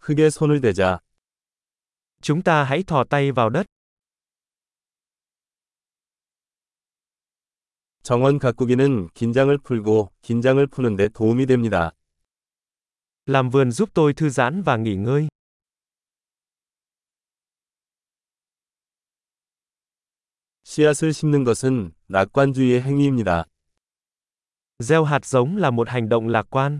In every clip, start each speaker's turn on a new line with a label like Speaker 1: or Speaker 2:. Speaker 1: 흙에 손을 대자.
Speaker 2: Chúng ta hãy thò tay vào đất.
Speaker 1: 정원 가꾸기는 긴장을 풀고 긴장을 푸는 데 도움이 됩니다.
Speaker 2: Làm vườn giúp tôi thư giãn và nghỉ ngơi.
Speaker 1: 씨앗을 심는 것은 낙관주의의 행위입니다.
Speaker 2: Gieo hạt giống là một hành động lạc quan.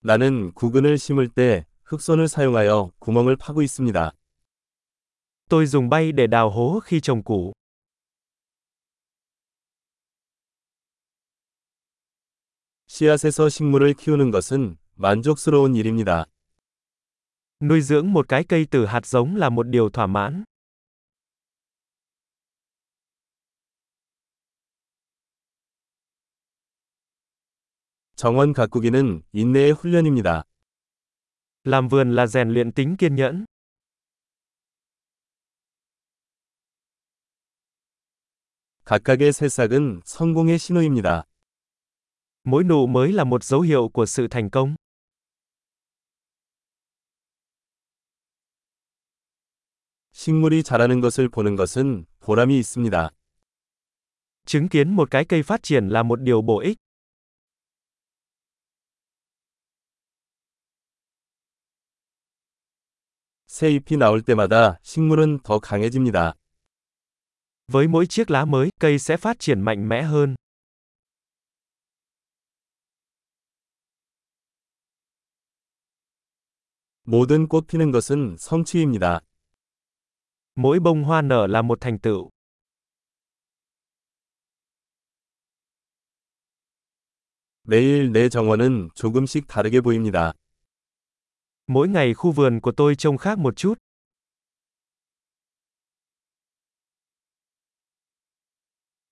Speaker 1: 나는 구근을 심을 때 흑손을 사용하여 구멍을 파고 있습니다.
Speaker 2: Tôi dùng bay để đào hố khi trồng củ.
Speaker 1: 씨앗에서 식물을 키우는 것은 만족스러운 일입니다.
Speaker 2: Nuôi dưỡng một cái cây từ hạt giống là một điều thỏa mãn.
Speaker 1: 정원 가꾸기는 인내의 훈련입니다.
Speaker 2: Làm vườn là rèn luyện tính kiên nhẫn.
Speaker 1: 각각의 새싹은 성공의 신호입니다.
Speaker 2: Mỗi nụ mới là một dấu hiệu của sự thành công.
Speaker 1: 식물이 자라는 것을 보는 것은 보람이 있습니다.
Speaker 2: Chứng kiến một cái cây phát triển là một điều bổ ích.
Speaker 1: 새 잎이 나올 때마다 식물은 더 강해집니다.
Speaker 2: Với mỗi chiếc lá mới, cây sẽ phát triển mạnh mẽ hơn.
Speaker 1: 모든 꽃 피는 것은 성취입니다.
Speaker 2: Mỗi bông hoa nở là một thành tựu.
Speaker 1: 매일 내 정원은 조금씩 다르게 보입니다.
Speaker 2: Mỗi ngày khu vườn của tôi trông khác một chút.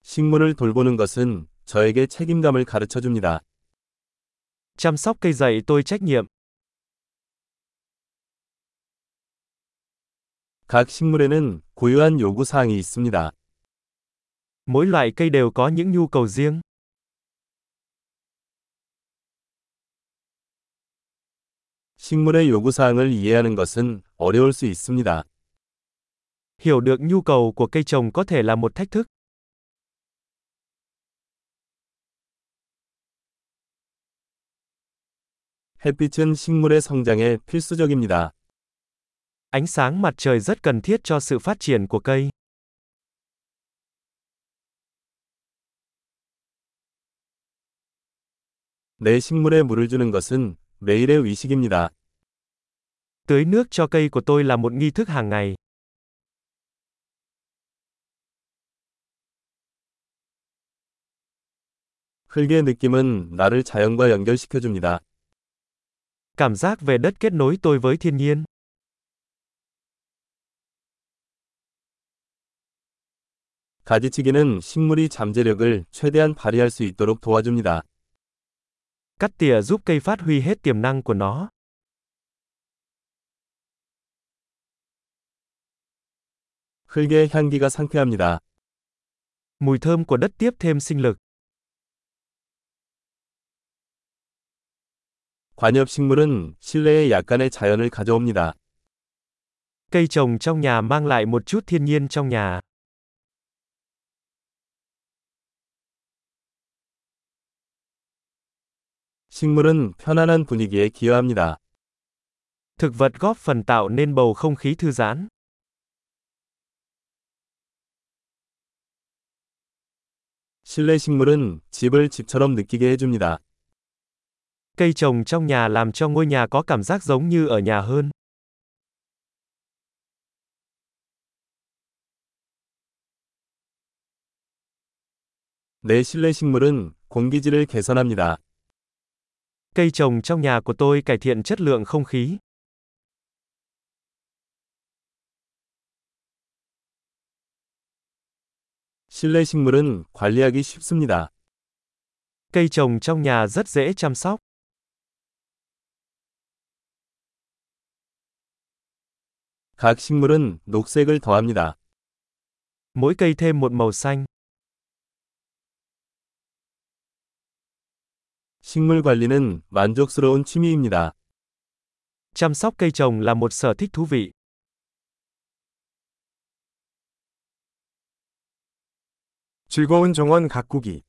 Speaker 1: 식물을 돌보는 것은 저에게 책임감을 가르쳐 줍니다.
Speaker 2: Chăm sóc cây dạy tôi trách nhiệm.
Speaker 1: 각 식물에는 고유한 요구 사항이 있습니다.
Speaker 2: Mỗi loại cây đều có những nhu cầu riêng.
Speaker 1: 식물의 요구 사항을 이해하는 것은 어려울 수 있습니다.
Speaker 2: Hiểu được nhu cầu của cây trồng có thể là một thách thức.
Speaker 1: 햇빛은 식물의 성장에 필수적입니다.
Speaker 2: Ánh sáng mặt trời rất cần thiết cho sự phát triển của cây.
Speaker 1: 내 식물에 물을 주는 것은 매일의 의식입니다.
Speaker 2: Tưới nước cho cây của tôi là một nghi thức hàng ngày.
Speaker 1: 흙의 느낌은 나를 자연과 연결시켜 줍니다.
Speaker 2: Cảm giác về đất kết nối tôi với thiên nhiên.
Speaker 1: 가지치기는 식물이 잠재력을 최대한 발휘할 수 있도록 도와줍니다.
Speaker 2: Cắt tỉa giúp cây phát huy hết tiềm năng của nó.
Speaker 1: 흙의 향기가 상쾌합니다.
Speaker 2: Mùi thơm của đất tiếp thêm sinh lực.
Speaker 1: 관엽 식물은 실내에 약간의 자연을 가져옵니다.
Speaker 2: Cây trồng trong nhà mang lại một chút thiên nhiên trong nhà.
Speaker 1: 식물은 편안한 분위기에 기여합니다.
Speaker 2: Thực vật góp phần tạo nên bầu không khí thư giãn.
Speaker 1: 실내 식물은 집을 집처럼 느끼게 해줍니다.
Speaker 2: Cây trồng trong nhà làm cho ngôi nhà có cảm giác giống như ở nhà hơn.
Speaker 1: 내 실내 식물은 공기질을 개선합니다.
Speaker 2: Cây trồng trong nhà của tôi cải thiện chất lượng không khí.
Speaker 1: 실내 식물은 관리하기 쉽습니다.
Speaker 2: Cây trồng trong nhà rất dễ chăm sóc.
Speaker 1: 각 식물은 녹색을 더합니다.
Speaker 2: Mỗi cây thêm một màu xanh.
Speaker 1: 식물 관리는 만족스러운 취미입니다.
Speaker 2: Chăm sóc cây trồng là một sở thích thú vị.
Speaker 1: 즐거운 정원 가꾸기